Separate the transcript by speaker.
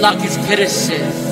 Speaker 1: luck is bittersweet.